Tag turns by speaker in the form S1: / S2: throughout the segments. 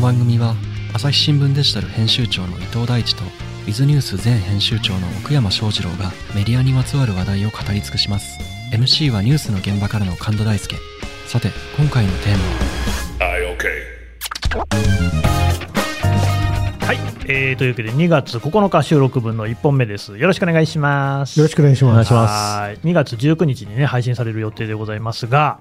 S1: 番組は朝日新聞デジタル編集長の伊藤大地とウィズニュース前編集長の奥山翔二郎がメディアにまつわる話題を語り尽くします MC はニュースの現場からの神田大輔さて今回のテーマは
S2: I okay.
S3: はい、えー、というわけで2月9日収録分の1本目です。よろしくお願いします。
S4: よろしくお願いします。
S3: はい2月19日にね配信される予定でございますが、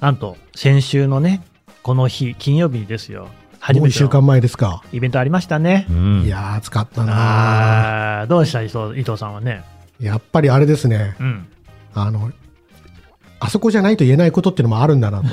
S3: なんと先週のねこの日金曜日ですよ。初
S4: もう
S3: め
S4: 一
S3: て
S4: 週
S3: の
S4: 間前ですか。
S3: イベントありましたね。
S4: いやー、暑かったな
S3: あーどうした伊藤伊藤さんはね。
S4: ーやっぱりあれですね。
S3: うん。
S4: あの、あそこじゃないと言えないことっていうのもある んだなと。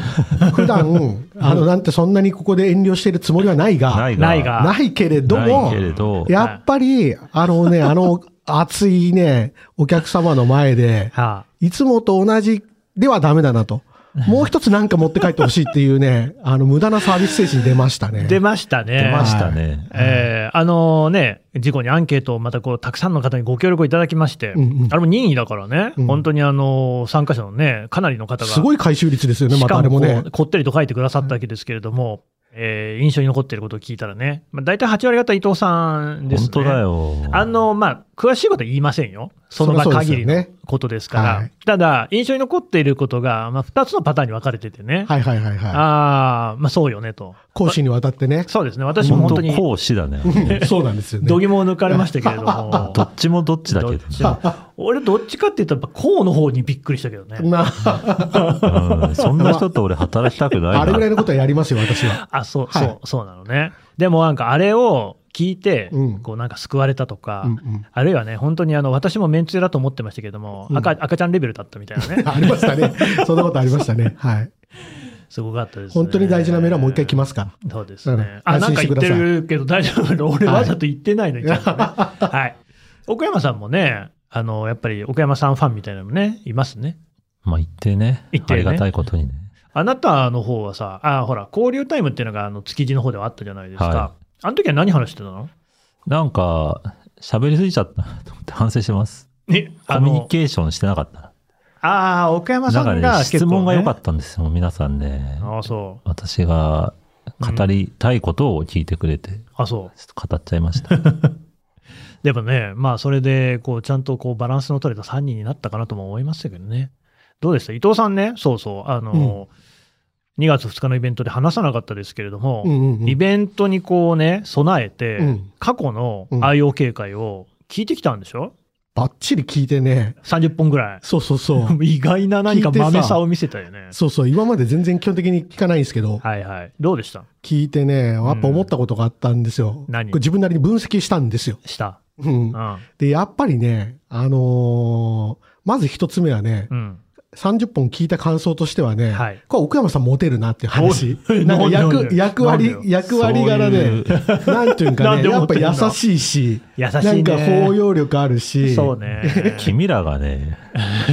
S4: 普段、あの、なんてそんなにここで遠慮してるつもりはないが、
S5: な
S4: ないい
S5: が。
S3: ないが
S4: けれども
S5: ないけ、れど。
S4: やっぱり、あのね、あの、熱いね、お客様の前で、
S3: はい
S4: つもと同じではダメだなと。もう一つなんか持って帰ってほしいっていうね、あの、無駄なサービス精神出ました
S3: あ、
S4: ね。
S3: 出ましたね。
S5: 出ましたね。
S3: えーあのね、事故にアンケートをまたこう、たくさんの方にご協力をいただきまして、
S4: うんうん
S3: あれも任意だからね、
S4: うん
S3: 本当にあの参加者のね、かなりの方が、
S4: すごい回収率ですよね、
S3: し
S4: また
S3: か
S4: あれ
S3: も
S4: も
S3: こ
S4: ね
S3: う。こってりと書いてくださったわけですけれども、えー印象に残っていることを聞いたらね、まあ、大体8割方伊藤さんですね。
S5: 本当だ。よ。
S3: あの、まあ、詳しいことは言いませんよ。その場
S4: そりゃそうです
S3: 限り
S4: よね
S3: のことですから。
S4: はい
S3: ただ、印象に残っていることが、まあ、2つのパターンに分かれててね。
S4: はいはいはいはい。
S3: ああ、まあ、そうよねと。
S4: 講師にわたってね。
S3: そうですね。私も本当に、
S5: 講師だね。
S4: そうなんですよね。
S3: 度肝を抜かれましたけれど も。
S5: どっちもどっちだけど
S3: どっちも俺、どっちかって言ったら、やっぱ、こうの方にびっくりしたけどね。
S4: な、
S5: うんそんな人と俺働きたくないな。
S4: あれぐらいのことはやりますよ、私は。
S3: あ、そう、
S4: はい
S3: そう、そうなのね。でも、なんか、あれを聞いて、
S4: うん
S3: こう、なんか救われたとか、
S4: うんうん
S3: あるいはね、本当にあの、私もめんつゆだと思ってましたけども、
S4: うん。
S3: 赤、赤ちゃんレベルだったみたいなね
S4: ありましたね。そんなことありましたね。はい。
S3: すごかったです、ね。
S4: 本当に大事なメールはもう一回来ますか
S3: そうです
S4: う
S3: ね
S4: ん。
S3: あ、
S4: 安
S3: なん
S4: 心
S3: か
S4: して
S3: 言
S4: く
S3: っ
S4: ださ
S3: て
S4: い
S3: るけど大丈夫。 俺
S4: はい
S3: わざと言ってないのに、ちゃんとね。 はい。奥山さんもね、あの、やっぱり奥山さんファンみたいなのもね、いますね。
S5: まあ言ってね。
S3: 言ってね
S5: ありがたいことにね。
S3: あなたの方はさ、あ、ほら、交流タイムっていうのがあの築地の方ではあったじゃないですか。
S5: は
S3: あの時は何話してたの
S5: なんか、喋りすぎちゃったなと思って反省してます。
S3: え、
S5: コ
S3: あ
S5: ミュニ
S3: の、
S5: ケーションしてなかった
S3: ああ、奥山
S5: な。
S3: さ
S5: なんん
S3: が
S5: か
S3: 結構、
S5: ね、質問が良か
S3: た。
S5: ったんですよ、皆さんね。
S3: ああ、そう。
S5: 私が語りたいことを聞いてくれて、ちょ
S3: あそう。
S5: っと語っちゃい ました。
S3: でもね、まあ、それで、こう、ちゃんと、こう、バランスの取れた3人になったかなとも思いましたけどね。どうでした伊藤さんね、そうそう、あの、2月2日のイベントで話さなかったですけれども、
S4: ら。うんうんうん
S3: イベントにこうね、備えて、
S4: うん
S3: 過去の
S4: うん
S3: IO 警戒を聞いてきたんでしょ
S4: ばっちり聞いてね。
S3: ?30 本ぐらい。
S4: そうそうそう。
S3: 意外な何か
S4: 聞いてさ
S3: 豆さを見せたよね。
S4: そうそう。今まで全然基本的に聞かないんですけど、
S3: はいはい。どうでした
S4: 聞いてね、やっぱ思ったことがあったんですよ。
S3: 何
S4: これ自分なりに分析したんですよ。
S3: した。
S4: うん
S3: うん。
S4: で、やっぱりね、あのーまず一つ目はね
S3: う、ん。
S4: 30本聞いた感想としてはね、
S3: はい
S4: これは奥山さんモテるなっていう話
S3: おい。
S4: なんか
S3: なんでなん
S4: 役
S3: で
S4: 役
S3: な
S4: 割
S3: ん、で
S4: 役割柄
S5: そう
S4: で
S5: い、
S4: なんていうんか
S3: なん
S4: ね、
S3: で
S4: や
S3: モ
S4: っ
S3: テ
S4: ぱ
S3: るの
S4: 優しいし、
S3: 優しいね
S4: なんか包容力あるし、
S3: そう ね。
S5: 君らがね、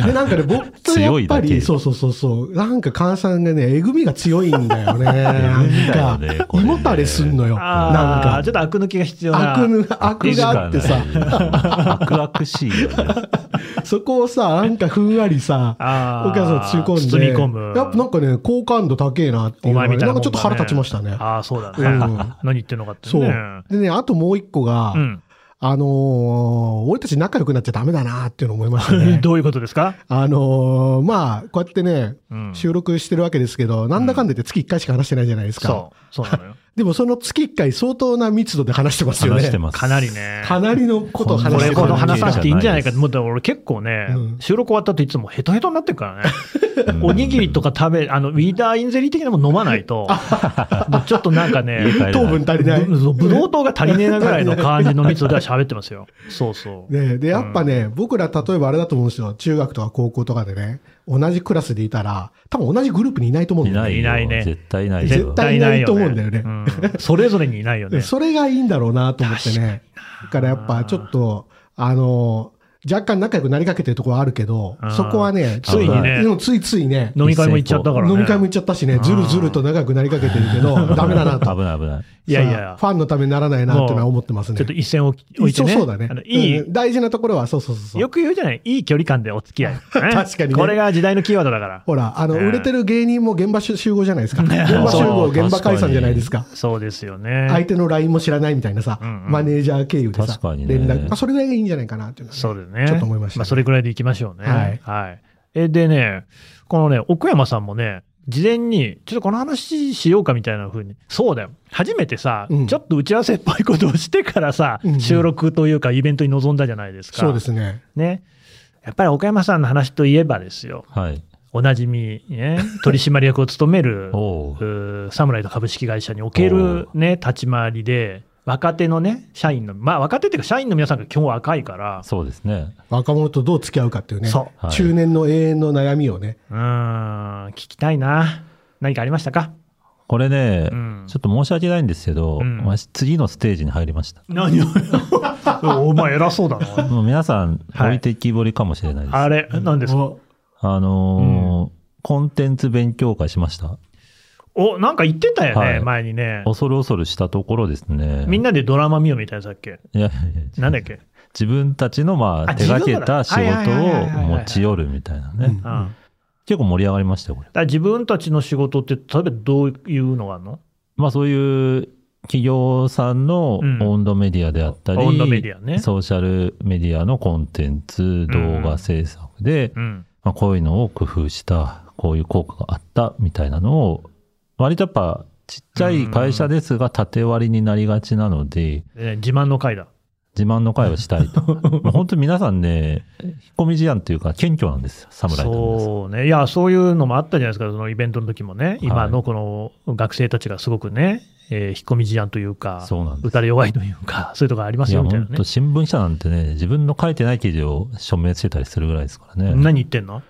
S4: で、なんかね、僕とや
S5: 強
S4: っ
S5: い
S4: ぱ
S5: だけ
S4: り、そうそうそうそう、なんか菅さんがね、えぐみが強いんだよ ね。なん
S5: ね
S4: か、
S5: こ
S4: 胃
S5: れね
S4: もたれすんのよ。なん
S3: ああ、
S4: か
S3: ちょ、っと悪抜きが必要な。
S4: 悪ぬ、悪があってさ、
S5: 悪々しいよ ね。
S4: そこをさ、なんかふんわりさ、
S3: あー
S4: お母さん突っ込ん
S3: 包
S4: で。
S3: み込む。
S4: やっぱなんかね、好感度高えなってい
S3: お
S4: うの
S3: 前
S4: がね
S3: みたいなもんだね、
S4: なんかちょっと腹立ちましたね。
S3: ああ、そうだね。
S4: うん
S3: 何言ってんのかってね。
S4: そう。でね、あともう一個が、
S3: うん。
S4: あのー俺たち仲良くなっちゃダメだなっていうの思いましたね。
S3: どういうことですか
S4: あのーまあ、こうやってね、
S3: うん
S4: 収録してるわけですけど、なんだかんだ言って月1回しか話してないじゃないですか。
S3: そう。そうなのよ。
S4: でもその月1回相当な密度で話してますよね。
S5: 話してます。
S3: かなりね。
S4: かなりのことを
S5: り
S4: 話
S3: こ
S4: して
S3: れ
S4: る
S3: ほど話さなくていいんじゃないか
S5: 話してないです
S3: もうだから俺結構ね、
S4: うん
S3: 収録終わった後いつもヘトヘトになってるからね。
S5: うん
S3: おにぎりとか食べ、あの、ウィーダーインゼリー的なもの飲まない と、もうちょっとなんかね、
S5: 家帰れない
S4: 糖分足りない。
S3: ぶぶどう糖が足りねえなぐらいの感じの密度では喋ってますよ。そうそう。
S4: ね、で、やっぱね、僕ら例えばあれだと思うんですよ。中学とか高校とかでね、同じクラスでいたら、多分同じグループにいないと思うん
S5: い
S4: だよ
S5: な
S4: ね。
S5: いよ
S3: いないね
S5: 絶対いないよ
S4: 絶対いないと思うんだよね。
S3: うんそれぞれにいないよね。
S4: それがいいんだろうなと思ってね。だからやっぱちょっと、あの、若干仲良くなりかけてるところはあるけど
S3: あー、
S4: そこはね、
S5: つ
S3: いにね
S4: うんついついね、
S3: 飲み会も行っちゃったからね。
S4: 飲み会も行っちゃったしね、ずるずると仲良くなりかけてるけど、 ダメだなと。
S5: 危ない危ない。
S3: いやいや
S4: ファンのためにならないなってのは思ってますね。
S3: ちょっと一線を置き置いてね。
S4: 一応そうだね
S3: あの。いい、
S4: うん大事なところは、そうそうそうそう。
S3: よく言うじゃない、いい距離感でお付 き合い。
S4: 確かにね
S3: これが時代のキーワードだから。
S4: ほら、あの、
S3: ね
S4: 売れてる芸人も現場集合じゃない ですか。現場集合、
S5: そう
S4: 現場解散じゃないですか。
S3: そうですよね。
S4: 相手の LINE も知らないみたいなさ、
S3: うんうん
S4: マネージャー経由でさ
S5: 確、かにね
S4: 連絡、まあ、それぐらいがいいんじゃないかなっていうのはね
S3: そうですね。
S4: ちょっと思いましたね
S3: あ、それぐらいでいきましょうね。
S4: はい
S3: え、でね、このね、奥山さんもね、事前に、ちょっとこの話しようかみたいな風に。そうだよ。初めてさ、
S4: うん
S3: ちょっと打ち合わせっぽいことをしてからさ、
S4: うんうん
S3: 収録というかイベントに臨んだじゃないですか。
S4: そうですね。
S3: ね。やっぱり岡山さんの話といえばですよ。
S5: はい。
S3: おなじみ、 ね、取締役を務める
S5: おお
S3: う。ーサムライド株式会社における、ね、立ち回りで、若手のね、社員の、まあ若手っていうか社員の皆さんが基本若いから、
S5: そうですね。
S4: 若者とどう付き合うかっていうね、
S3: そう
S5: はい
S4: 中年の永遠の悩みをね、
S3: うーん、聞きたいな。何かありましたか
S5: これね、
S3: うん
S5: ちょっと申し訳ないんですけど、
S3: うん
S5: 私次のステージに入りました。
S3: 何を お前偉そうだな。
S5: もう皆さん、
S3: はい
S5: 置いてきぼりかもしれないです。
S3: あれ、何ですか
S4: お
S5: あのーコンテンツ勉強会しました。
S3: お、なんか言ってたよね、
S5: はい
S3: 前にね。
S5: 恐る恐るしたところですね。
S3: みんなでドラマ見ようみたいなやつだっけ
S5: いやいやいや
S3: なんだっけ
S5: 自分たちのま
S3: あ
S5: あ手がけた仕事
S3: 自分の
S5: を
S3: はいはいはいはいはい
S5: 持ち寄るみたいな
S4: う
S5: ね
S4: ん。
S3: うん。
S5: 結構盛り上がりましたよ、これ。
S3: だから自分たちの仕事って、例えばどういうのがあるの
S5: まあそういう企業さんの
S3: うん
S5: オンドメディアであったり、
S3: オンドメディアね
S5: ソーシャルメディアのコンテンツ、動画制作で、
S3: うん。
S5: まあ、こういうのを工夫した、こういう効果があったみたいなのを、割とやっぱちっちゃい会社ですが縦割りになりがちなので、
S3: えー自慢の回だ。
S5: 自慢の会をしたい と。もう本当に皆さんね、引っ込み思案というか謙虚なんですよ、侍と思います。
S3: そうね。いや、そういうのもあったじゃないですか、そのイベントの時もね。今のこの学生たちがすごくね、えー引っ込み思案というか、
S5: そうなんです
S3: 打たれ弱いというか、そういうとこありま
S5: い
S3: す
S5: や、
S3: よみたいな
S5: 本
S3: ね
S5: 当。新聞社なんてね、自分の書いてない記事を署名してたりするぐらいですからね。
S3: 何言ってんの、
S5: あ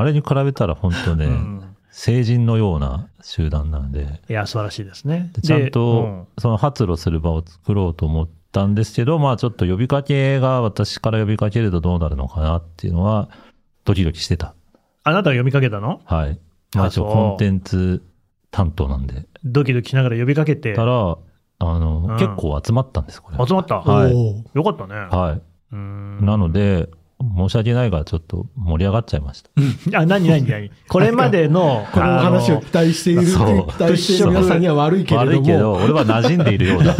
S5: あれに比べたら本当ね、
S3: うん
S5: 成人のような集団なので、
S3: いや、素晴らしいですね。
S5: でちゃん
S3: でう
S5: とその発露する場を作ろうと思ったんですけど、まあちょっと呼びかけが私から呼びかけるとどうなるのかなっていうのは、ドキドキしてた。
S3: あなたが呼びかけたの
S5: はい。まあ
S3: あ
S5: 一応
S3: そう
S5: コンテンツ担当なんで。
S3: ドキドキしながら呼びかけて、
S5: た
S3: 集
S5: ら、あの、
S3: うん
S5: 結構集まったんです、これ。
S3: まった。
S5: はい
S4: おー
S3: よかったね。
S5: は
S3: うーん
S5: い。なので、申し訳ないが、ちょっと盛り上がっちゃいました。
S3: あ、何何 何これまでの、
S4: このお話を期待している、期
S5: そう
S4: 待している皆さんには悪いけ
S5: 悪
S4: れど
S5: いけど、
S4: も、
S5: 俺は馴染んでいる ようだ。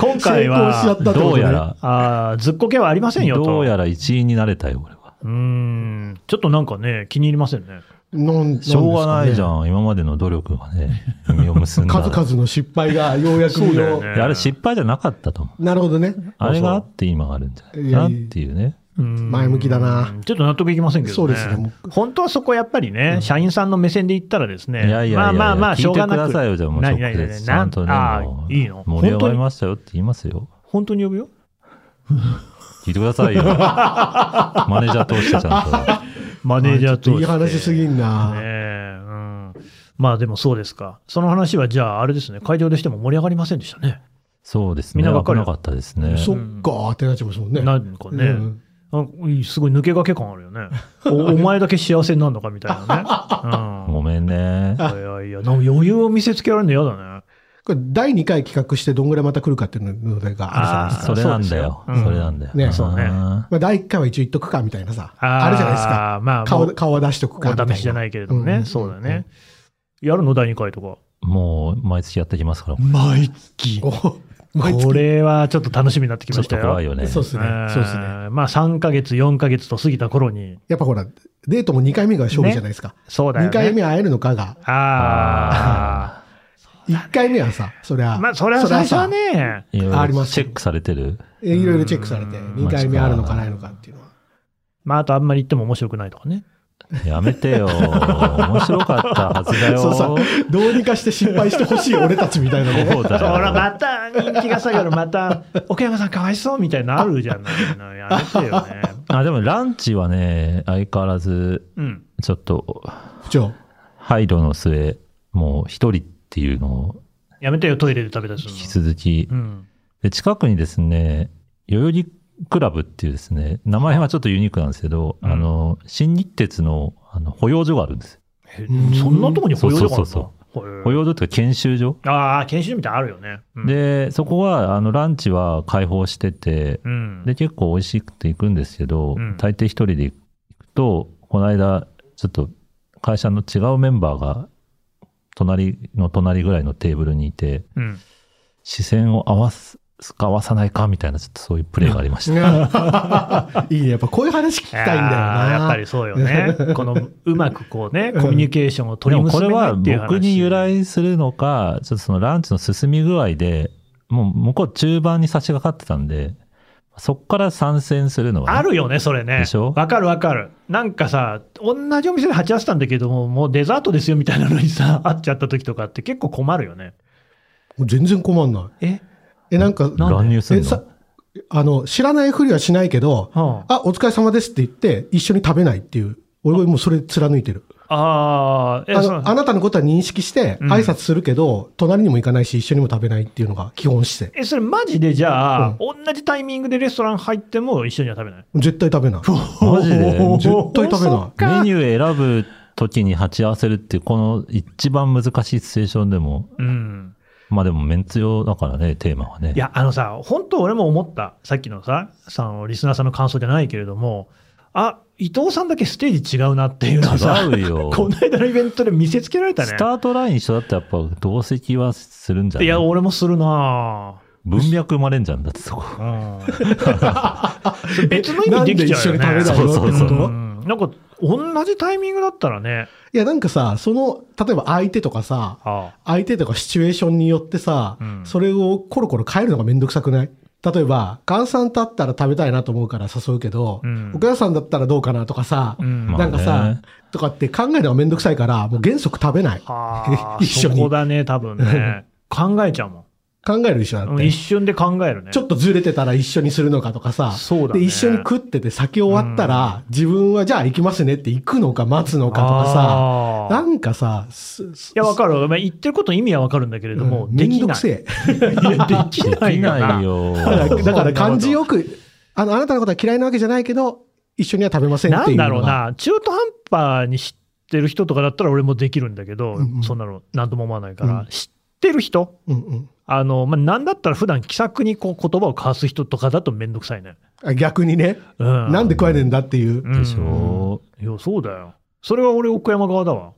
S3: 今回
S4: 成功しちゃっ
S3: は
S4: た、って
S5: ど
S4: こと
S5: う
S4: ね
S5: やら、
S3: あーずっこけはありませんよと。
S5: どうやら一員になれたよ、俺は。
S3: うーん、ちょっとなんかね、気に入りませんね。
S4: なん
S5: しょうがないじ
S4: ん
S5: ゃん、今までの努力 がね、実を結ん
S4: で
S5: だ。
S4: すかね。数々の失敗がようやく
S3: そうだよ
S4: 実を
S3: ね
S5: いやあれ失敗じゃなかったと思う。
S4: なるほどね。
S5: あれがあって今があるんじゃないかなっていうね。
S3: 前
S4: 前向きだな。
S3: ちょっと納得いきませんけどね。
S4: そうですねも
S3: 本当はそこやっぱりね、社員さんの目線で言ったらですね、
S5: いやいやいや、
S3: まあまあまあ、しょ
S5: 聞いうて
S3: が
S5: く
S3: な
S5: だ
S3: く。
S5: さいよ、じゃあもう直
S3: 何々
S5: 接。ちゃんとね、
S3: あ
S5: も
S3: ー
S5: う
S3: いいの
S5: 盛り上がりましたよって言いますよ。
S3: 本当に呼ぶよ。
S5: 聞いてくださ いよ。マネージャー通してちゃん
S3: マネージャーとして。
S4: いい話すぎんな
S3: ねえうん。まあでもそうですか。その話はじゃああれですね、会場でしても盛り上がりませんでしたね。
S5: と。そうです
S3: み
S5: ね。
S3: んなばっ
S5: 危
S3: かり
S5: なかったですね。
S4: そっかーってなっちゃいますもんね。
S3: なんかね、
S4: うん
S3: あすごい抜け駆け感あるよね。 おお前だけ幸せになるのかみたいな ね。
S5: ごめんね。
S3: うん、いやいや、なんか余裕を見せつけられるの嫌だね。
S4: これ第2回企画してどんぐらいまた来るかっていうのがあるじゃないです
S3: あー
S4: か。
S5: それなんだよ。
S3: そうですようん
S5: それなんだよ。
S4: ね
S3: そうね
S5: あ
S4: まあ、第1回は一応言っとくかみたいなさ、
S3: あー
S4: あるじゃないですか。
S3: まあも
S4: 顔
S3: う
S4: 顔は出しとくかみたい
S3: お
S4: な。
S3: 試しじゃないけれどもね、
S4: うん
S3: そうだね。やるの第2回とか。
S5: ーもう毎月やってきますから。
S3: 毎月
S4: お。毎月
S3: これはちょっと楽しみになってき
S5: ちょ
S3: ま
S5: っ
S3: した
S5: と
S3: よ。
S5: 怖いよね。
S4: そうですね。そうですね。
S3: えーまあ3ヶ月、4ヶ月と過ぎた頃に。
S4: やっぱほら、デートも2回目が勝負じゃないですか。
S3: そうだよ
S4: 2
S3: ね。
S4: 回目会えるのかが、
S3: あ
S4: 1回目はさ、そりゃ、
S3: あ。まあそれは最初はね、
S5: いろい
S4: あり
S5: ろ
S4: ます
S5: チェックされてる。
S4: そりゃさ。いろいろチェックされて、
S3: うん
S4: 2回目あるのかないのかっていうのは。
S3: まああとあんまり言っても面白くないとかね。
S5: やめてよ。面白かったはずだよ。
S4: そうさ、どうにかして失敗してほしい俺たちみたいなね。
S5: そ
S3: ほ
S5: う
S3: ら、
S5: だよ。
S3: また人気が下がる、ま た、奥山さんかわいそうみたいなのあるじゃないの。やめてよね。
S5: あ、でもランチはね、相変わらず、
S3: うん。
S5: ちょっと、
S4: 不 調。
S5: 配慮の末、もう一人っていうのを
S3: やめてよ、トイレで食べたりする
S5: 引
S3: の
S5: き続き
S3: う、ん。
S5: で近くにですね、代々木クラブっていうですね、名前はちょっとユニークなんですけど、
S3: うん
S5: あの、新日鉄のあの保養所があるんです。
S3: へそんなとこに保養所がある
S5: そうそう
S3: の
S5: 保養所っていうか研修所。
S3: へえああ、研修所みたいなのあるよね。うん、
S5: で、そこは、あの、ランチは開放してて、
S3: うん、
S5: で、結構美味しくて行くんですけど、
S3: うん
S5: 大抵一人で行くと、この間、ちょっと会社の違うメンバーが、隣の隣ぐらいのテーブルにいて、
S3: うん
S5: 視線を合わすか合わさないかみたいな、ちょっとそういうプレーがありました。
S4: いいね。やっぱこういう話聞きたいんだよ
S3: あ
S4: な。
S3: ーやっぱりそうよね。この、うまくこうね、コミュニケーションを取り
S5: でも
S3: 結
S5: こ
S3: べ
S5: れ
S3: ない
S5: は
S3: っていう話。
S5: 僕に由来するのか、ちょっとそのランチの進み具合で、もう向こう中盤に差し掛かってたんで、そこから参戦するのはね、
S3: あるよね、それね
S5: でし。ょ
S3: わかるわかる。なんかさ、同じお店で鉢合わせたんだけども、もうデザートですよみたいなのにさ、 会っちゃった時とかって結構困るよね。
S4: もう全然困んない。
S3: え
S4: え、なんか、
S3: なんで
S5: 乱入する
S4: え
S5: の
S4: さあの知らないふりはしないけど、
S3: は
S4: あ、お疲れ様ですって言って、一緒に食べないっていう。俺もうそれ貫いてる。
S3: ああ、え
S4: あ
S3: そ
S4: のあなたのことは認識して、
S3: うん
S4: 挨拶するけど、隣にも行かないし、一緒にも食べないっていうのが基本姿勢。
S3: えそれマジでじゃあ、
S4: うん
S3: 同じタイミングでレストラン入っても一緒には食べない
S4: 絶対食 べない。
S5: マジで
S3: おー
S4: 絶対食べない
S3: そっか
S5: メニュー選ぶ時に鉢合わせるっていう、この一番難しいシチュエーションでも、
S3: うん。
S5: まあでもメンツ用だからね、テーマはね。
S3: いや、あのさ、本当俺も思った。さっきのさ、さのリスナーさんの感想じゃないけれども、あ、伊藤さんだけステージ違うなっていうのはさ、
S5: 違うよ。
S3: この間のイベントで見せつけられたね
S5: ス。タートライン一緒だってやっぱ同席はするんじゃない
S3: いや、俺もするな
S5: 文脈生まれんじゃんだって そこ。
S3: ぁ。それ別の意味できちゃうよね。
S4: なんで
S3: ん
S4: 一緒に
S5: 食べないのって
S4: こと
S3: なんか、同じタイミングだったらね、
S4: いや、なんかさ、その、例えば相手とかさ、
S3: あ
S4: 相手とかシチュエーションによってさ、
S3: うん
S4: それをコロコロ変えるのがめんどくさくない例えば、菅さんだったら食べたいなと思うから誘うけど、
S3: うん
S4: お母さんだったらどうかなとかさ、
S3: うん
S5: まあ
S4: なんかさ、
S5: ね
S4: とかって考えるのがめんどくさいから、もう原則食べない。
S3: はあ、
S4: 一緒に
S3: そこだね、多分 ね。考えちゃうもん
S4: 考える一緒だっ
S3: うん。
S4: て。
S3: 一瞬で考えるね。
S4: ちょっとずれてたら一緒にするのかとかさ、
S3: そうだね
S4: で一緒に食ってて先終わったら、自分はじゃあ行きますねって行くのか待つのかとか
S3: あー
S4: さ、なんかさ、すす
S3: いや、わかる。まあ、言ってることの意味はわかるんだけれども、
S4: うん
S3: で
S4: め
S3: きない。
S4: んどくせ
S3: いや、でき
S5: で
S3: ない
S5: き
S3: よ
S5: ない
S3: な。
S5: よ。
S4: え。だから だから感じ
S3: を
S4: よく、あの、あなたのことは嫌いなわけじゃないけど、一緒には食べませんっ
S3: な
S4: て
S3: ん
S4: いうの
S3: だ
S4: が。
S3: ろうな、中途半端に知ってる人とかだったら俺もできるんだけど、
S4: うんうん
S3: そんなの何とも思わないから、
S4: うん
S3: 知ってる人
S4: うんうん
S3: あの、まあ、なんだったら普段気さくにこう言葉を交わす人とかだとめんどくさいね。
S4: あ。逆にね、
S3: うん。
S4: なんで食わねえんだっていう。
S3: うん
S5: でしょ。
S3: いや、そうだよ。それは俺、奥山側だわ。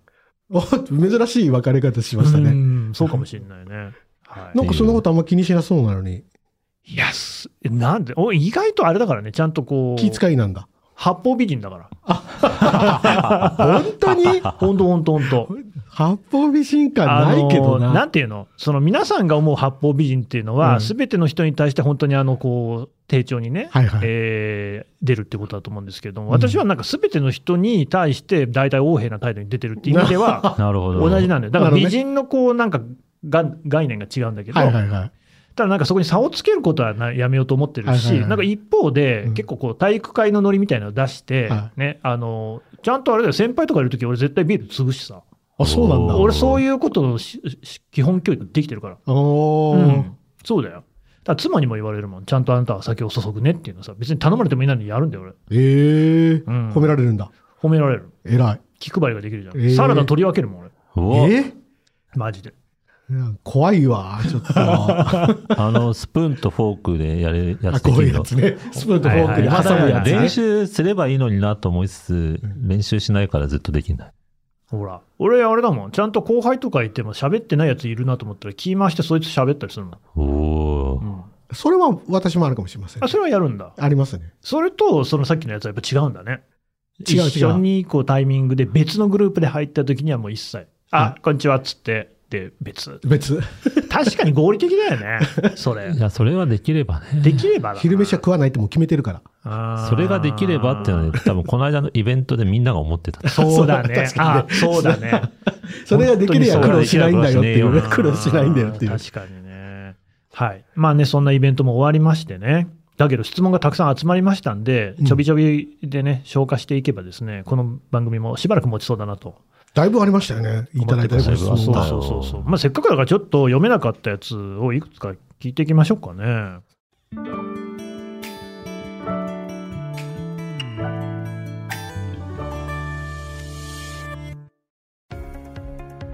S4: お珍しい別れ方しました
S3: う
S4: ね。
S3: んそうかもしれないね。は
S4: なんかそんなことあんま気にしなそうなのに、
S3: い、いや、すなんで、お意外とあれだからね、ちゃんとこう、
S4: 気遣いなんだ。
S3: 八方美人だから。
S4: 本 当に
S3: ほんとほんとほんと。
S4: 八方美人感
S3: あ
S4: な
S3: の
S4: いけどな。
S3: んていうの、その皆さんが思う八方美人っていうの
S4: う
S3: は、
S4: ん
S3: すべ、ての人に対して本当にあのこう丁重にね、
S4: はいはい
S3: えー出るってことだと思うんですけれども、
S4: うん
S3: 私はなんかすべての人に対して、大体横柄な態度に出てるっていう意味 では、
S5: なるほど。
S3: 同じなんだよ。だか
S4: な
S3: ら
S4: るほどね
S3: 美人のこうなんかが概念が違うんだけど、
S4: はいはいはい。
S3: ただなんかそこに差をつけることはなやめようと思ってるし、
S4: はいはいはい
S3: なんか一方で、
S4: うん
S3: 結構こう体育会のノリみたいなのを出して、
S4: は
S3: ね、あのちゃんとあれだよ、先輩とかいるとき、俺絶対ビール潰しさ。
S4: あ、そうなんだ。
S5: おー
S3: 俺そういうことをしし基本教育できてるから、
S4: お
S3: う
S4: ー
S3: んそうだよだから妻にも言われるもんちゃんとあなたは酒を注ぐねっていうのさ別に頼まれてもいないのにやるんだよ俺
S4: ええ
S3: うん
S4: 褒められるんだ。
S3: 褒められる
S4: 偉い。
S3: 気配りができるじゃん、
S4: えー
S3: サラダ取り分けるもん俺
S5: う
S4: え
S5: わ
S4: ー
S3: マジで
S4: いや怖いわ、ちょ っと。あ、
S5: あの、スプーンとフォークでやるやつで
S4: こう
S5: き
S4: いう
S5: る
S4: や
S5: の。
S4: つね。スプーンとフォークで
S3: はい
S4: 挟
S3: はい
S4: む
S3: はい
S4: や
S3: は
S4: つ
S3: い
S4: ね
S5: 練。習すればいいのになと思いつつ、練習しないからずっとできない。
S3: ほら俺あれだもんちゃんと後輩とかいても喋ってないやついるなと思ったら気回してそいつ喋ったりするもん、
S5: おお
S3: う
S5: ー。
S3: ん
S4: それは私もあるかもしれません
S3: あ。それはやるんだ
S4: ありますね。
S3: それとそのさっきのやつはやっぱ違うんだね
S4: 違う違う
S3: 一緒にこうタイミングで別のグループで入った時にはもう一切「あ、
S4: は
S3: こんにちは」っつってで別
S4: 別。
S3: 確かに合理的だよね、それ
S5: い。や、それはできればね。
S3: できればだな
S4: 昼飯は食わないってもう決めてるから。
S3: あー
S5: それができればっていうのは、多分この間のイベントでみんなが思ってた。
S3: そうだね
S4: 確。
S3: あ
S4: か
S3: そうだね。
S4: それができれば苦労しないんだよっていうね
S5: 本。
S4: 苦労しないんだよってい
S3: あ
S4: う
S3: ー。確かにね。はい。まあね、そんなイベントも終わりましてね。だけど質問がたくさん集まりましたんで、ちょびちょびでね、消化していけばですね、この番組もしばらく持ちそうだなと
S4: だいぶありましたよね。いただいたご質
S5: 思って
S4: 問
S3: そう
S4: が。
S5: ます
S3: そうそうそう。まあ、せっかくだからちょっと読めなかったやつをいくつか聞いていきましょうかね。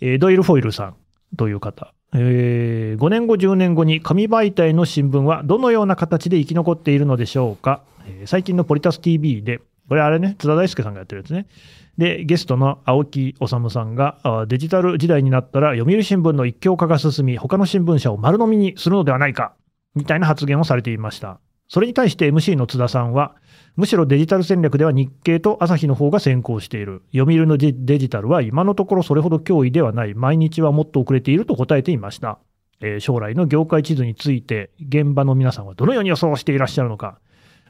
S3: えードイル・フォイルさんという方、え5年後、10年後に紙媒体の新聞はどのような形で生き残っているのでしょうか、えー最近のポリタス TV で、これ、あれね、津田大介さんがやってるやつね、でゲストの青木治さんがあーデジタル時代になったら読売新聞の一強化が進み、他の新聞社を丸飲みにするのではないかみたいな発言をされていました。それに対して MC の津田さんは、むしろデジタル戦略では日経と朝日の方が先行している。読売のデデジタルは今のところそれほど脅威ではない。毎日はもっと遅れていると答えていました。えー将来の業界地図について、現場の皆さんはどのように予想していらっしゃるのか。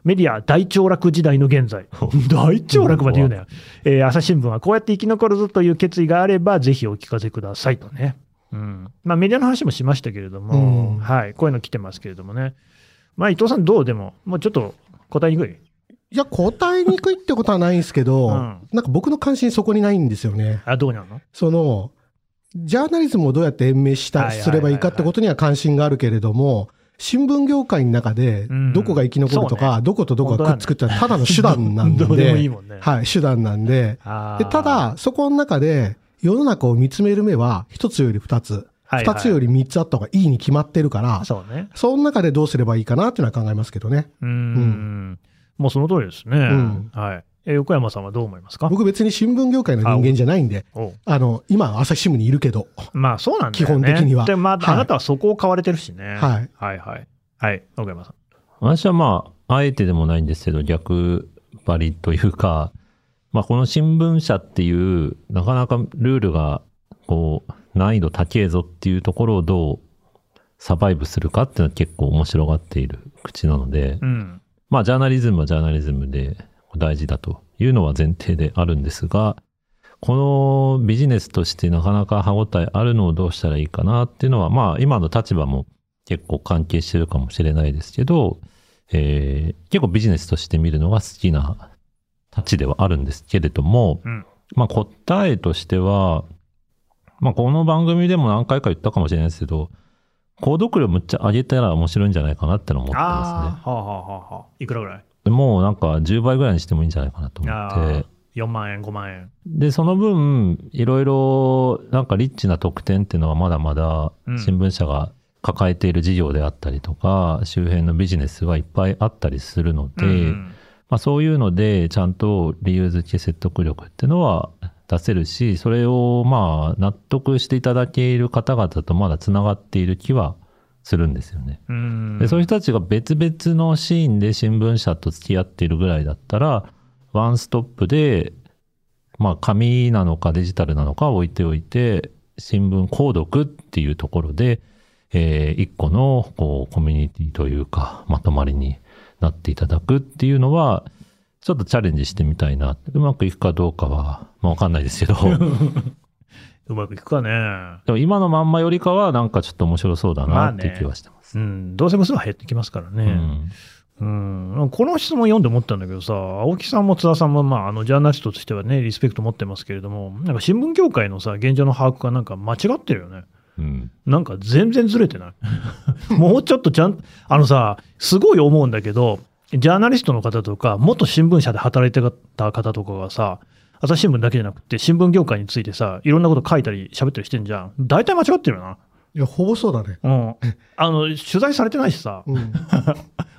S3: メディア大凋落時代の現在。 大凋落まで言うなよ。えー朝日新聞はこうやって生き残るぞという決意があれば、ぜひお聞かせくださいとね。うん。まあメディアの話もしましたけれども、
S4: うん
S3: はい。こういうの来てますけれどもね。まあ伊藤さんどうでも、もうちょっと答えにくい。
S4: いや、答えにくいってことはないんですけど、
S3: うん
S4: なんか僕の関心そこにないんですよね。
S3: あ、どうなの
S4: その、ジャーナリズムをどうやって延命し
S3: はいは
S4: た、
S3: いはいはい
S4: すればいいかってことには関心があるけれども、新聞業界の中で
S3: うん、
S4: どこが生き残ると
S3: そう
S4: か、どことどこがくっつくってのはただの手段な ん
S3: どうでもいい
S4: で、
S3: もんね。
S4: はい、手段なんで、
S3: あー
S4: でた、だ、そこの中で、世の中を見つめる目は、一つより二つ、
S3: はいはい
S4: 二つより三つあった方がいいに決まってるから、
S3: そうね。
S4: その中でどうすればいいかなっていうのは考えますけどね。
S3: うー。
S4: うん
S3: もうその通りですね。
S4: ん
S3: はい。え、横山さんはどう思いますか
S4: 僕別に新聞業界の人間じゃないんで、
S3: おう
S4: あの、今、朝日新聞にいるけど、
S3: まあそうなんだよね。
S4: 基本的には
S3: で、まあ、
S4: はい
S3: あなたはそこを買われてるしね。
S4: はい。
S3: はいはい。はい、横山さん。
S5: 私はまあ、あえてでもないんですけど、逆張りというか、まあ、この新聞社っていう、なかなかルールが、こう、難易度高えぞっていうところをどうサバイブするかっていうのは結構面白がっている口なので、
S3: うん。
S5: まあ、ジャーナリズムはジャーナリズムで大事だというのは前提であるんですが、このビジネスとしてなかなか歯応えあるのをどうしたらいいかなっていうのは、まあ、今の立場も結構関係してるかもしれないですけど、えー結構ビジネスとして見るのが好きな立ちではあるんですけれども、
S3: うん
S5: まあ、答えとしては、まあ、この番組でも何回か言ったかもしれないですけど、購読料むっちゃ上げたら面白いんじゃないかなってのを思ってますね。
S3: ああ、はあはあはあはあ。いくらぐらい
S5: もうなんか10倍ぐらいにしてもいいんじゃないかなと思っ
S3: ああ、
S5: て。
S3: 4万円、5万円。
S5: で、その分、いろいろなんかリッチな特典っていうのはまだまだ
S3: うん
S5: 新聞社が抱えている事業であったりとか、周辺のビジネスはいっぱいあったりするので、
S3: うん
S5: まあそういうので、ちゃんと理由付け説得力っていうのは出せるし、それをまあ納得していただける方々とまだつながっている気はするんですよね。
S3: うん。
S5: でそういう人たちが別々のシーンで新聞社と付き合っているぐらいだったら、ワンストップで、まあ紙なのかデジタルなのか置いておいて、新聞購読っていうところで、えー一個のこうコミュニティというか、まとまりになっていただくっていうのは、ちょっとチャレンジしてみたいな。うまくいくかどうかは、まあわかんないですけ ど、
S3: うまくいくかね。
S5: でも今のまんまよりかはなんかちょっと面白そうだなっていう気はしてます。
S3: うん。どうせ無数は減ってきますからね。
S5: うん
S3: うん、この質問読んで思ったんだけどさ、青木さんも津田さんも、まあ、あのジャーナリストとしてはね、リスペクト持ってますけれども、なんか新聞業界のさ、現状の把握がなんか間違ってるよね。
S5: うん
S3: なんか全然ずれてない。 もうちょっとちゃんと、あのさ、すごい思うんだけど、ジャーナリストの方とか、元新聞社で働いてた方とかがさ、朝日新聞だけじゃなくて、新聞業界についてさ、いろんなこと書いたり喋ったりしてんじゃん。大体間違ってるよな。
S4: いや、ほぼそうだね。
S3: うん。あの、取材されてないしさ、
S4: うん。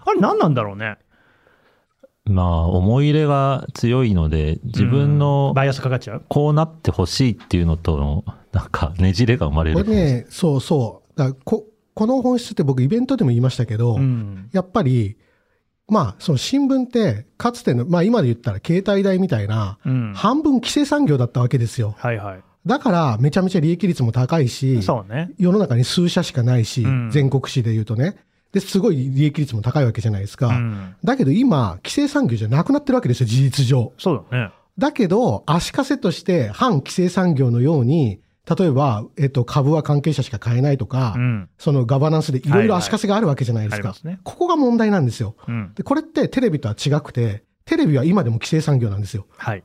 S3: あれ何なんだろうね。
S5: まあ、思い入れが強いので、自分
S3: うん
S5: の
S3: バイアスかかっちゃう
S5: こうなってほしいっていうのとの、なんかねじれが生まれ
S4: こ
S5: る
S4: れ。ね、そうそう。だからここの本質って僕イベントでも言いましたけど、
S3: うん
S4: やっぱり、まあ、その新聞って、かつての、まあ今で言ったら携帯代みたいな、
S3: うん
S4: 半分規制産業だったわけですよ。
S3: はいはい。
S4: だから、めちゃめちゃ利益率も高いし、
S3: そうね。
S4: 世の中に数社しかないし、
S3: うん
S4: 全国紙で言うとね。で、すごい利益率も高いわけじゃないですか。
S3: うん
S4: だけど今、規制産業じゃなくなってるわけですよ、事実上。
S3: そうだね。
S4: だけど、足かせとして反規制産業のように、例えば、えっと、株は関係者しか買えないとか、
S3: うん。
S4: そのガバナンスでいろいろ足かせがあるわけじゃないで
S3: あ
S4: す
S3: り
S4: か。
S3: ますね。
S4: ここが問題なんですよ。
S3: うん。
S4: で、これってテレビとは違くて、テレビは今でも規制産業なんですよ。
S3: はい。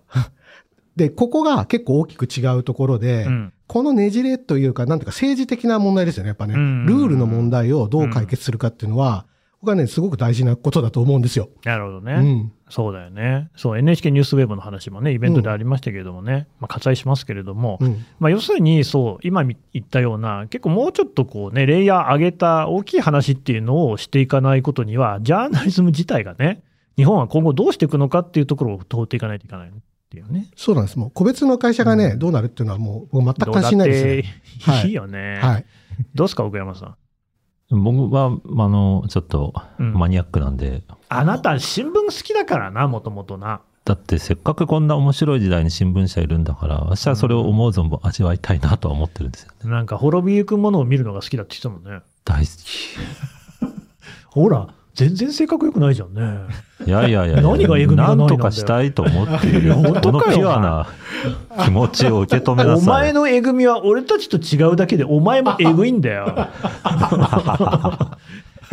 S4: で、ここが結構大きく違うところで、
S3: うん。
S4: このねじれというか、なんていうか政治的な問題ですよね、やっぱね。
S3: うん
S4: ルールの問題をどう解決するかっていうのは、僕はね、すごく大事なことだと思うんですよ。
S3: なるほどね。
S4: うん。
S3: そうだよね。そう、NHK ニュースウェーブの話もね、イベントでありましたけれどもね、まあ、割愛しますけれども、
S4: うん。
S3: まあ、要するに、そう、今み言ったような、結構もうちょっとこうね、レイヤー上げた大きい話っていうのをしていかないことには、ジャーナリズム自体がね、日本は今後どうしていくのかっていうところを通っていかないといけないっていうね。
S4: そうなんです。もう個別の会社がね、どうなるっていうのはもう僕全く関心ないですね。
S3: どうだっていいよね。
S4: はい。
S3: どうですか、奥山さ
S5: 僕は、あの、ちょっと
S3: ん。うん
S5: マニアックなんで、
S3: あなた、新聞好きだからな、もともとな。
S5: だってせっかくこんな面白い時代に新聞社いるんだから、私はそれを思う存分味わいたいなとは思ってるんですよね。
S3: なんか、滅びゆくものを見るのが好きだって言ってたもんね。
S5: 大好き。
S3: ほら、全然性格良くないじゃんね。
S5: いやいやいや
S3: 何がえぐみがない
S5: なん
S3: だよ
S5: んとかしたいと思ってい
S3: い
S5: る。
S3: や
S5: こ
S3: 本当
S5: の
S3: かよ
S5: ピュアな気持ちを受け止めな
S3: お
S5: さ
S3: 前
S5: い。
S3: のえぐみは俺たちと違うだけで、お前もえぐいんだよ。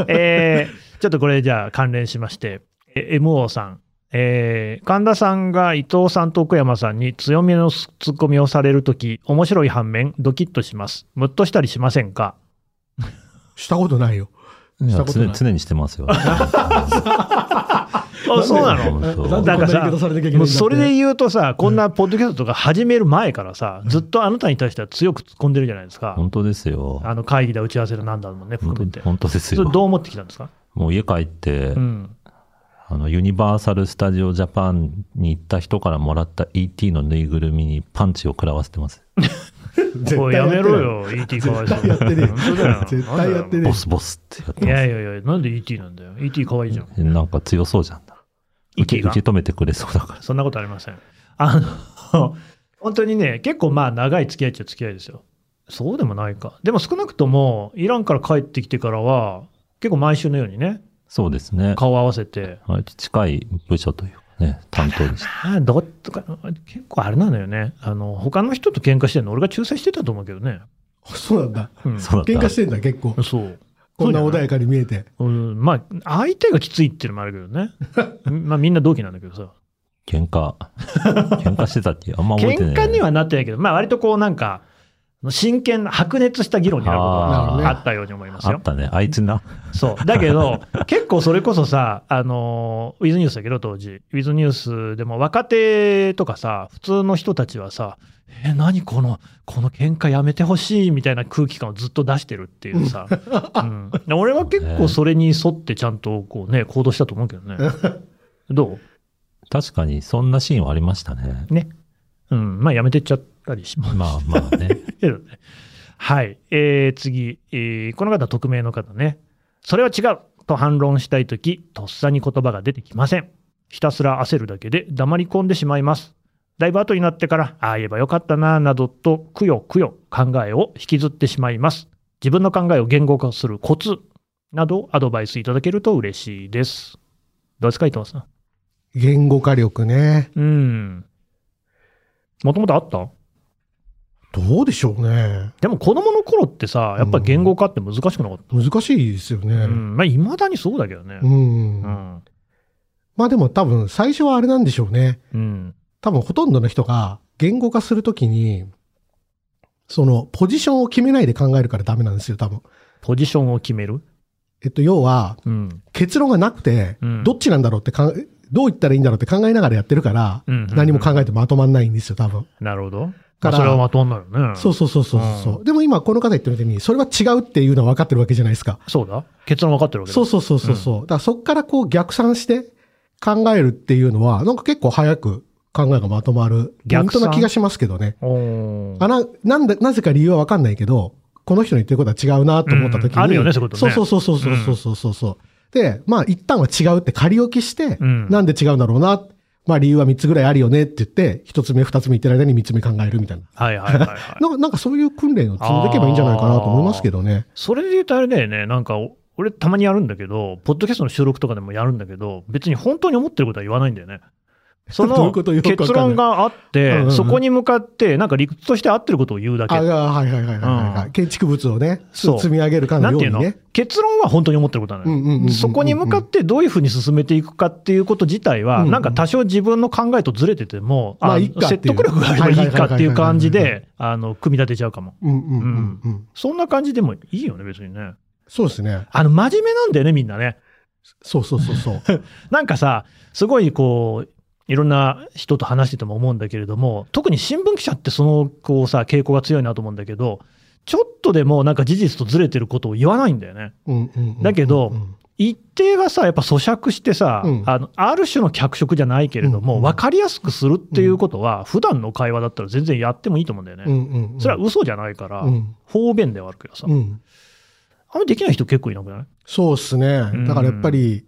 S3: えーちょっとこれじゃあ関連しまして、え MO さん。えー神田さんが伊藤さんと奥山さんに強めのツッコミをされるとき、面白い反面、ドキッとします。ムッとしたりしませんか
S4: したことないよ。
S5: い
S4: した
S5: や
S4: ことない
S5: 常常にしてま すよ。
S3: あ、そうなの
S5: 本当
S4: なんで
S3: だからさ
S4: こんな言い方されなきゃいけないんだって
S3: もうそれで言うとさ、こんなポッドキャストとか始める前からさ、ずっとあなたに対しては強く突っ込んでるじゃないですか。
S5: 本当ですよ。
S3: あの会議だ、打ち合わせだなんだもんね、含め
S5: 本
S3: て
S5: 当。本当です
S3: それ
S5: よ。
S3: どう思ってきたんですか
S5: もう家帰って、
S3: うん。
S5: あの、ユニバーサル・スタジオ・ジャパンに行った人からもらった ET のぬいぐるみにパンチを食らわせてます。
S3: おいやめろよ、ET かわいそう。
S4: 絶対やってねえ
S3: 本当だよ
S4: 絶対やってね
S5: ボスボスってやって
S3: い
S5: ま
S3: や
S5: す。
S3: いやいや、なんで ET なんだよ。ET かわいいじゃん。
S5: なんか強そうじゃん。受
S3: ET
S5: け
S3: が
S5: 受。け止めてくれそうだから。
S3: そんなことありません。あの、 本当にね、結構まあ長い付き合いっちゃ付き合いですよ。そうでもないか。でも少なくとも、イランから帰ってきてからは、結構毎週のようにね、
S5: そうですね。
S3: 顔合わせて、
S5: 割と近い部署というかね、担 当でした。
S3: ああ、どっとか、結構あれなのよね。あの、他の人と喧嘩してるの、俺が仲裁してたと思うけどね。
S4: そうなんだ。
S3: うん、
S5: そうだ
S4: 喧
S5: った
S4: 嘩してんだ、結構。
S3: そう。
S4: こんな穏やかに見えて。
S3: うん、まあ、相手がきついっていうのもあるけどね。 まあ、みんな同期なんだけどさ。
S5: 喧嘩。喧嘩してたってあんま覚えてな
S3: 喧
S5: い。
S3: 嘩にはなってないけど、まあ、割とこう、なんか、真剣な、白熱した議論になること
S5: あ
S3: が
S5: ー
S3: あったように思います
S5: あ
S3: よ
S5: っ。たね。あいつな。
S3: そう。だけど、結構それこそさ、あの、ウィズニュースだけど、当時。ウィズニュースでも若手とかさ、普通の人たちはさ、え、何この、この喧嘩やめてほしいみたいな空気感をずっと出してるっていう さ。うん、で俺は結構それに沿ってちゃんとこうね、行動したと思うけど ね。ど
S5: 確かにそんなシーンはありましたね
S3: う。ね。うん。まあやめてっちゃったりします
S5: まあ まあね。
S3: けどね。 はい。えー次、えーこの方、匿名の方ね。それは違うと反論したいとき、とっさに言葉が出てきません。ひたすら焦るだけで黙り込んでしまいます。だいぶ後になってから、ああ言えばよかったな、などと、くよくよ考えを引きずってしまいます。自分の考えを言語化するコツなど、アドバイスいただけると嬉しいです。どうですか、伊藤さ
S4: 言語化力ね。
S3: ん。うん。もともとあった
S4: どうでしょうね。
S3: でも子供の頃ってさ、やっぱ言語化って難しくなかった
S4: 難しいですよ
S3: う
S4: ね。
S3: ん、まあ、いまだにそうだけどね
S4: う。ん。
S3: うん。
S4: まあでも多分最初はあれなんでしょうね。
S3: うん。
S4: 多分ほとんどの人が言語化するときに、そのポジションを決めないで考えるからダメなんですよ、多分。
S3: ポジションを決める。
S4: えっと、要は
S3: うん。
S4: 結論がなくて
S3: う、ん
S4: どっちなんだろうってかんどう言ったらいいんだろうって考えながらやってるから、
S3: うんうんうん
S4: 何も考えてまとまんないんですよ、多分。
S3: なるほど。ま
S4: か
S3: あ、
S4: ら
S3: それはまとまんないよね。
S4: そうそうそうそうそう。でも今この方言ってるように、それは違うっていうのは分かってるわけじゃないですか。
S3: そうだ。結論分かってるわけだ。
S4: そうそうそうそうそう。だからそっからこう逆算して考えるっていうのは、なんか結構早く考えがまとまる。ポイン
S3: 逆
S4: ト
S3: 算
S4: な気がしますけどね。
S3: おー
S4: あな、なんだ、なぜか理由はわかんないけど、この人の言ってることは違うなと思った時に、
S3: うんあるよねそういうことね
S4: そうそうそうそうそうそうそうそう。で、まあ一旦は違うって仮置きして、
S3: うん
S4: なんで違うんだろうな。まあ理由は3つぐらいあるよねって言って、1つ目2つ目言ってる間に3つ目考えるみたいな。
S3: はいはいはい、はい。
S4: なんかなんかそういう訓練を積んでいけばいいんじゃないかなと思いますけどね。
S3: それで言うとあれだよね。なんか、お俺たまにやるんだけど、ポッドキャストの収録とかでもやるんだけど、別に本当に思ってることは言わないんだよね。そ
S4: どうい
S3: の
S4: うことよくわかんない
S3: 結論があっ
S4: うんうんう
S3: て、
S4: ん
S3: そこに向かって、なんか理屈として合ってることを言うだけ
S4: あ。あはいはいはいはい、はい
S3: うん
S4: 建築物をね、つ
S3: そう
S4: 積み上げるか
S3: な
S4: の
S3: ん
S4: よう
S3: ていう
S4: に
S3: の
S4: ね。
S3: 結論は本当に思ってることなのよ
S4: うんうんうんうんうんうん
S3: そこに向かってどういうふうに進めていくかっていうこと自体
S4: うん
S3: は、
S4: うん
S3: なんか多少自分の考えとずれてても、
S4: まあ
S3: あ
S4: いいかってい
S3: 説
S4: う
S3: 得力があればいいかっていう感じで、あの、組み立てちゃうかも。
S4: うんうんうんうん。
S3: そんな感じでもいいよね、別にね。
S4: そうですね。
S3: あの、真面目なんだよね、みんなね。
S4: そうそうそう そう。
S3: なんかさ、すごいこう、いろんな人と話してても思うんだけれども、特に新聞記者ってその、こうさ、傾向が強いなと思うんだけど、ちょっとでもなんか事実とずれてることを言わないんだよね。
S4: うんうんうんうん
S3: だけど一定はさ、やっぱ咀嚼してさ、
S4: うん
S3: あの、ある種の脚色じゃないけれど
S4: うん
S3: も、
S4: うん
S3: 分かりやすくするっていうことは、普段の会話だったら全然やってもいいと思うんだよね。
S4: うんうんうん
S3: それは嘘じゃないから、
S4: うん
S3: 方便ではあるけどさ、
S4: うん
S3: あんまりできない人結構いなくない
S4: そうですね。だからやっぱり、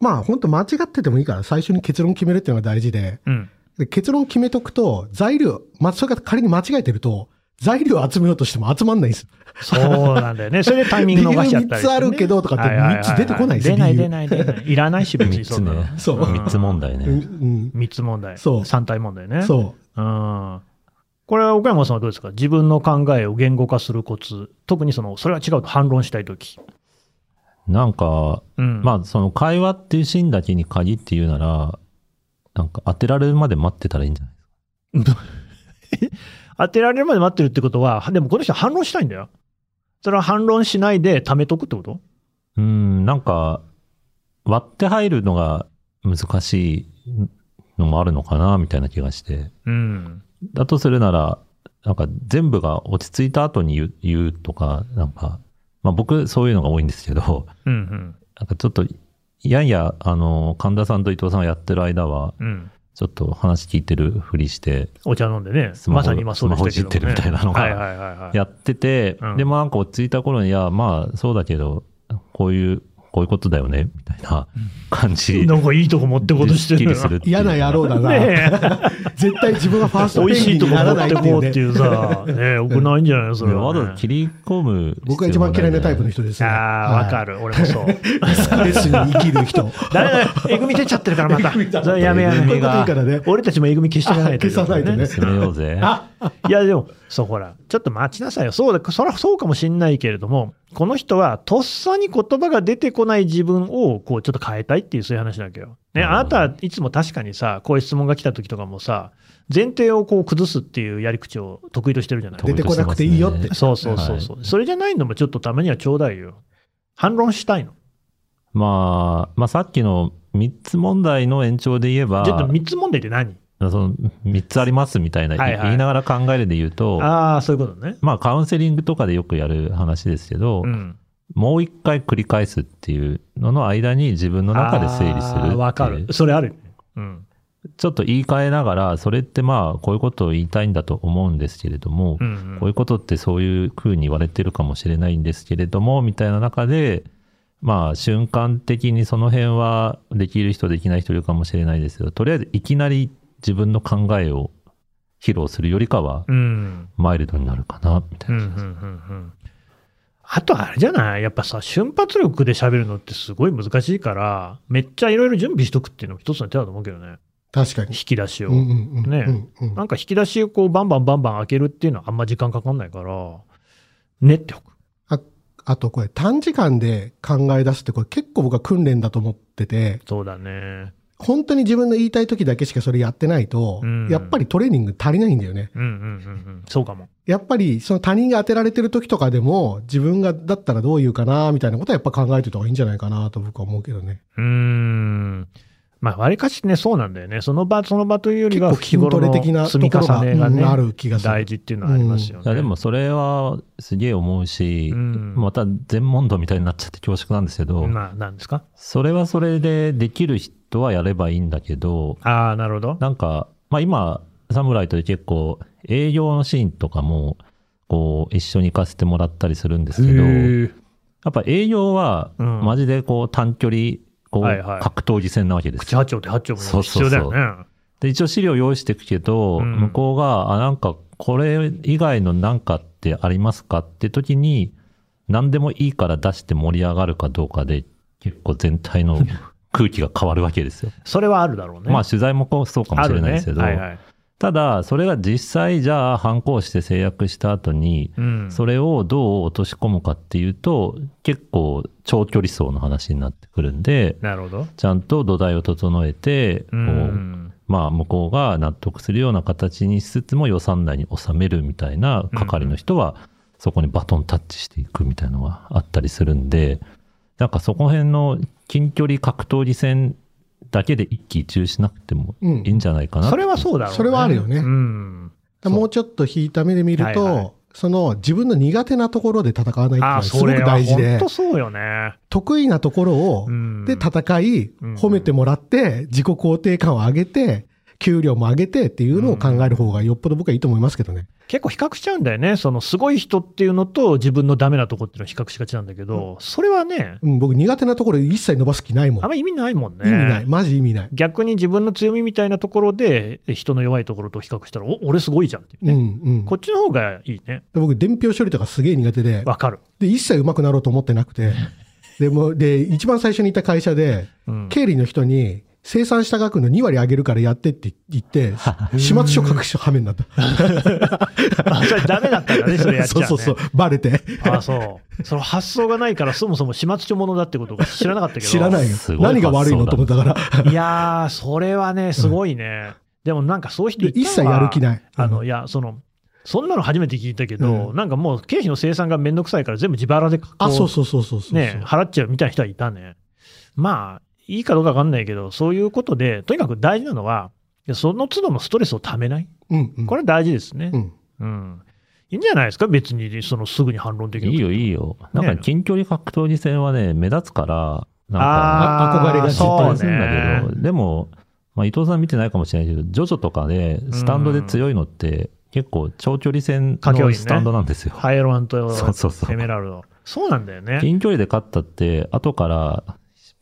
S4: まあ本当間違っててもいいから、最初に結論決めるっていうのが大事で、
S3: うん。
S4: で結論決めとくと、材料、まあ、それが仮に間違えてると、材料を集めようとしても集まんないんですよ。
S3: そうなんだよね。それでタイミング逃しちゃったり、ね。
S4: 理由三つあるけどとかって
S3: はいはいはいはい
S4: 三つ出てこないです
S3: 出ない
S4: 理由
S3: 出ない出ない。いらないし、別に
S5: 3
S3: そ
S5: つ
S3: んな
S5: ね
S3: の。
S4: そう
S5: 3つ問題
S4: うん
S5: ね
S3: 三つ問題。
S4: そう
S3: 三体問題
S4: う
S3: ね。
S4: ん、そ
S3: うん。これは岡山さんはどうですか自分の考えを言語化するコツ。特にその、それは違うと反論したいとき。
S5: なんか
S3: うん。
S5: まあその会話っていうシーンだけに限って言うならなんか当てられるまで待ってたらいいんじゃない
S3: 当てられるまで待ってるってことは、でもこの人は反論したいんだよ。それは反論しないで貯めとくってこと
S5: うんなんか割って入るのが難しいのもあるのかなみたいな気がして
S3: うん。
S5: だとするならなんか全部が落ち着いた後に言う言うとかなんか、まあ、僕そういうのが多いんですけど
S3: うん
S5: なんかちょっといやいやあの神田さんと伊藤さんがやってる間は
S3: うん。うん。
S5: ちょっと話聞いてるふりして
S3: お茶飲んでね。
S5: スマホ
S3: まさに今そうでしたけど、ね。
S5: スマホいじってるみたいなのが
S3: はいはいはいはい。
S5: やってて、
S3: うん
S5: でもなんか落ち着いた頃にいやまあそうだけどこういうこういうことだよねみたいな感じ
S3: なんかいいとこ持ってこうとして
S5: でっ
S3: る
S5: きり
S3: な
S5: するっ
S4: う。
S5: ていう
S4: 嫌な野郎だな。
S3: ねえ。
S4: 絶対自分がフ ァースト
S3: 美
S4: ペ
S3: 味し
S4: ンギ
S3: い
S4: ン
S3: と
S4: に
S3: こ
S4: な
S3: 持
S4: らな
S3: っ
S4: い
S3: て
S4: ってい
S3: こ
S4: う
S3: う
S4: ね
S3: っていうさ、ねえ、よくないんじゃないのそれは、
S5: わ
S3: ね。
S5: ざと切り込む
S4: 僕が一番嫌いなタイプの
S5: 人
S4: 人です
S3: あ
S4: ね。
S3: あ、わか
S4: る。
S3: る。俺もそう。
S4: レスに生きる人。
S3: だめだ、えぐみ出ちゃってるからまた。 それやめや
S4: こうい
S3: め
S4: うこといいからね。
S3: 俺たちもえぐみ消していかないと、
S4: 消さないとね。
S5: 進めよ うぜ
S3: いや、でも、そう、ほら、ちょっと待ちなさいよ。そうだ、そらそうかもしんないけれども、この人は、とっさに言葉が出てこない自分を、こう、ちょっと変えたいっていう、そういう話なわけよ。ね、
S5: うん
S3: あなたはいつも確かにさ、こういう質問が来た時とかもさ、前提をこう崩すっていうやり口を得意としてるじゃない
S5: 得
S4: 出てこなくていいよって。
S3: そうそうそうそう、それじゃないのもちょっとたまにはちょうだいよ。反論したいの。
S5: まあまあさっきの3つ問題の延長で言えば
S3: ちょっと3つ問題って何
S5: その3つありますみたいな、
S3: はいはい
S5: 言いながら考えるで言うと
S3: ああ、そういうことね。
S5: まあカウンセリングとかでよくやる話ですけど、
S3: うん。
S5: もう一回繰り返すっていうのの間に自分の中で整理するってい
S3: あー
S5: う。
S3: わかる。それあるよね。うん。
S5: ちょっと言い換えながら、それってまあ、こういうことを言いたいんだと思うんですけれども、
S3: うんうん
S5: こういうことってそういう風に言われてるかもしれないんですけれども、みたいな中で、まあ、瞬間的にその辺はできる人、できない人いるかもしれないですけど、とりあえずいきなり自分の考えを披露するよりかは、
S3: うん。
S5: マイルドになるかな、みたい
S3: うん
S5: な。
S3: うんうんうんあとあれじゃないやっぱさ、瞬発力で喋るのってすごい難しいから、めっちゃいろいろ準備しとくっていうのも一つの手だと思うけどね。
S4: 確か
S3: 引
S4: に。
S3: き出しを。
S4: うんうんうん
S3: ね
S4: うんうん
S3: なんか引き出しをこうバンバンバンバン開けるっていうのはあんま時間かかんないから、練っておく。
S4: あとこれ短時間で考え出すってこれ結構僕は訓練だと思ってて、
S3: そうだね。
S4: 本当に自分の言いたい時だけしかそれやってないと
S3: う、ん
S4: やっぱりトレーニング足りないんだよね。
S3: うんうんうんうん。そうかも。
S4: やっぱりその他人が当てられてる時とかでも自分がだったらどう言うかなみたいなことはやっぱ考えてた方がいいんじゃないかなと僕は思うけどね。
S3: うーん。まあ、わりかしね、そうなんだよね。その場、その場というより
S4: 結
S3: は、
S4: 構
S3: 日
S4: 筋
S3: 頃
S4: トレ
S3: の
S4: 的な
S3: 積
S4: と
S3: み
S4: ころ
S3: 重
S4: が
S3: ねが
S4: うん
S3: ね、
S4: ある気がす
S3: 大
S4: る。
S3: 事っていうのはありますよ
S5: いや
S3: ね。
S5: でもそれはすげえ思うし、
S3: うん
S5: また全問答みたいになっちゃって恐縮なんですけど、
S3: まあ、なんですか
S5: それはそれでできる人はやればいいんだけど、
S3: ああ、なるほど。
S5: なんか、まあ今、サムライとで結構営業のシーンとかも、こう一緒に行かせてもらったりするんですけど、や
S3: へえ
S5: っぱ営業は、
S3: うん
S5: マジでこう短距離、こう
S3: はいはい
S5: 格闘技戦なわけです
S3: 口
S5: よ。
S3: 八丁手八丁も必要だよね。
S5: で、一応資料用意していくけど、
S3: うん
S5: 向こうが、あ、なんかこれ以外のなんかってありますかって 時に、何でもいいから出して盛り上がるかどうかで、結構全体の空気が変わるわけですよ。
S3: それはあるだろうね。
S5: まあ取材もこうそうかもしれないですけど、
S3: あるねはいはい
S5: ただそれが実際じゃあ反抗して制約した後に、
S3: うん、
S5: それをどう落とし込むかっていうと結構長距離走の話になってくるんで
S3: なるほど。
S5: ちゃんと土台を整えてこ
S3: う
S5: う、
S3: ん。
S5: まあ、向こうが納得するような形にしつつも予算内に収めるみたいな係の人は、そこにバトンタッチしていくみたいなのがあったりするんで、なんかそこ辺の近距離格闘技戦だけで一喜一憂しなくても
S4: うん
S5: いいんじゃないかな。
S3: それはそうだろうね。
S4: それはあるよね
S3: うん。
S4: だからもうちょっと引いた目で見ると、
S3: はいはい
S4: その自分の苦手なところで戦わないっていうの
S3: あ
S4: は
S3: あ、
S4: すご
S3: そ
S4: く
S3: れは
S4: 大事
S3: 本
S4: で
S3: 当、そうよね。
S4: 得意なところを、
S3: うん。
S4: で戦い、
S3: うん
S4: 褒めてもらって、自己肯定感を上げて、給料も上げてっていうのを考える方がよっぽど僕はいいと思いますけどね。
S3: 結構比較しちゃうんだよね。そのすごい人っていうのと自分のダメなとこっていうのを比較しがちなんだけど、それはね、
S4: うん、僕苦手なところ一切伸ばす気ないもん
S3: あん。ま意味ないもんね。
S4: 意味ない。マジ意味ない。
S3: 逆に自分の強みみたいなところで人の弱いところと比較したら、お、俺すごいじゃんっていう
S4: うん
S3: ね。
S4: うん
S3: こ。っちの方がいいね。
S4: 僕、伝票処理とかすげえ苦手で、
S3: わかる。
S4: で、一切上手くなろうと思ってなくて、 で、もうで、一番最初にいた会社で、
S3: うん。
S4: 経理の人に、生産した額の2割上げるからやってって言って、 始末書書くはめになった。
S3: あそれダメだったんだ ね、それやっちゃ、
S4: そうう
S3: ね。
S4: そうそう、バレて。
S3: あそう。その発想がないから、そもそも始末書ものだってことが知らなかったけど。
S4: 知らないよ
S5: す。ごい
S4: 何が悪いのと思ったから。
S3: いやー、それはね、すごいね。でもなんかそういう人
S4: で
S3: いたわ
S4: 一切やる気ない。
S3: あの、
S4: う
S3: い
S4: ん
S3: や、その、そんなの初めて聞いたけど、
S4: うん
S3: なんかもう経費の生産がめんどくさいから全部自腹でこ
S4: あ、そうそうそうそうそう。
S3: ね、払っちゃうみたいな人はいたね。まあ、いいかどうかわかんないけど、そういうことで、とにかく大事なのは、その都度のストレスをためない。
S4: うんうん。
S3: これは大事ですね
S4: う。ん。
S3: うん。いいんじゃないですか別に、そのすぐに反論でき
S5: いいよいい
S3: よ。
S5: よ。なんか近距離格闘技戦はね、目立つから、なんか、
S3: あ
S4: あ憧れが
S3: あ
S4: ち
S5: 失
S4: ょっと
S3: そう
S4: ある
S5: 敗するんだけど、
S3: ね。
S5: でも、まあ、伊藤さん見てないかもしれないけど、ジョジョとかで、スタンドで強いのって、結構長距離戦
S3: かけおい
S5: の
S3: ね
S5: スタンドなんですよ。
S3: ハイロンと
S5: そうそうそう
S3: エメラルド。そうなんだよね。
S5: 近距離で勝ったって、後から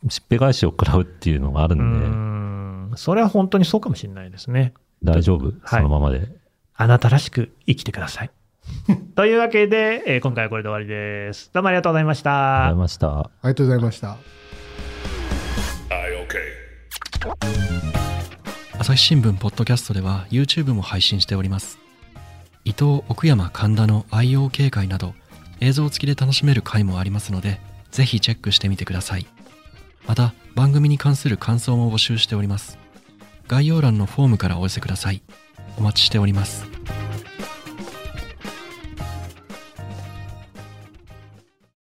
S5: しっぺ返しを食らうっていうのがある
S3: うん
S5: で、
S3: ん。それは本当にそうかもしれないですね。
S5: 大丈夫、
S3: は
S5: そ
S3: い
S5: のままで。
S3: あなたらしく生きてくだ さい。というわけで、えー今回はこれで終わりです。どうもありがとうございました。
S5: ありました。
S4: ありがとうございました。
S6: I okay.
S1: 朝日新聞ポッドキャストでは YouTube も配信しております伊藤奥山神田の IO 警戒など映像付きで楽しめる回もありますのでぜひチェックしてみてくださいまた番組に関する感想も募集しております概要欄のフォームからお寄せくださいお待ちしております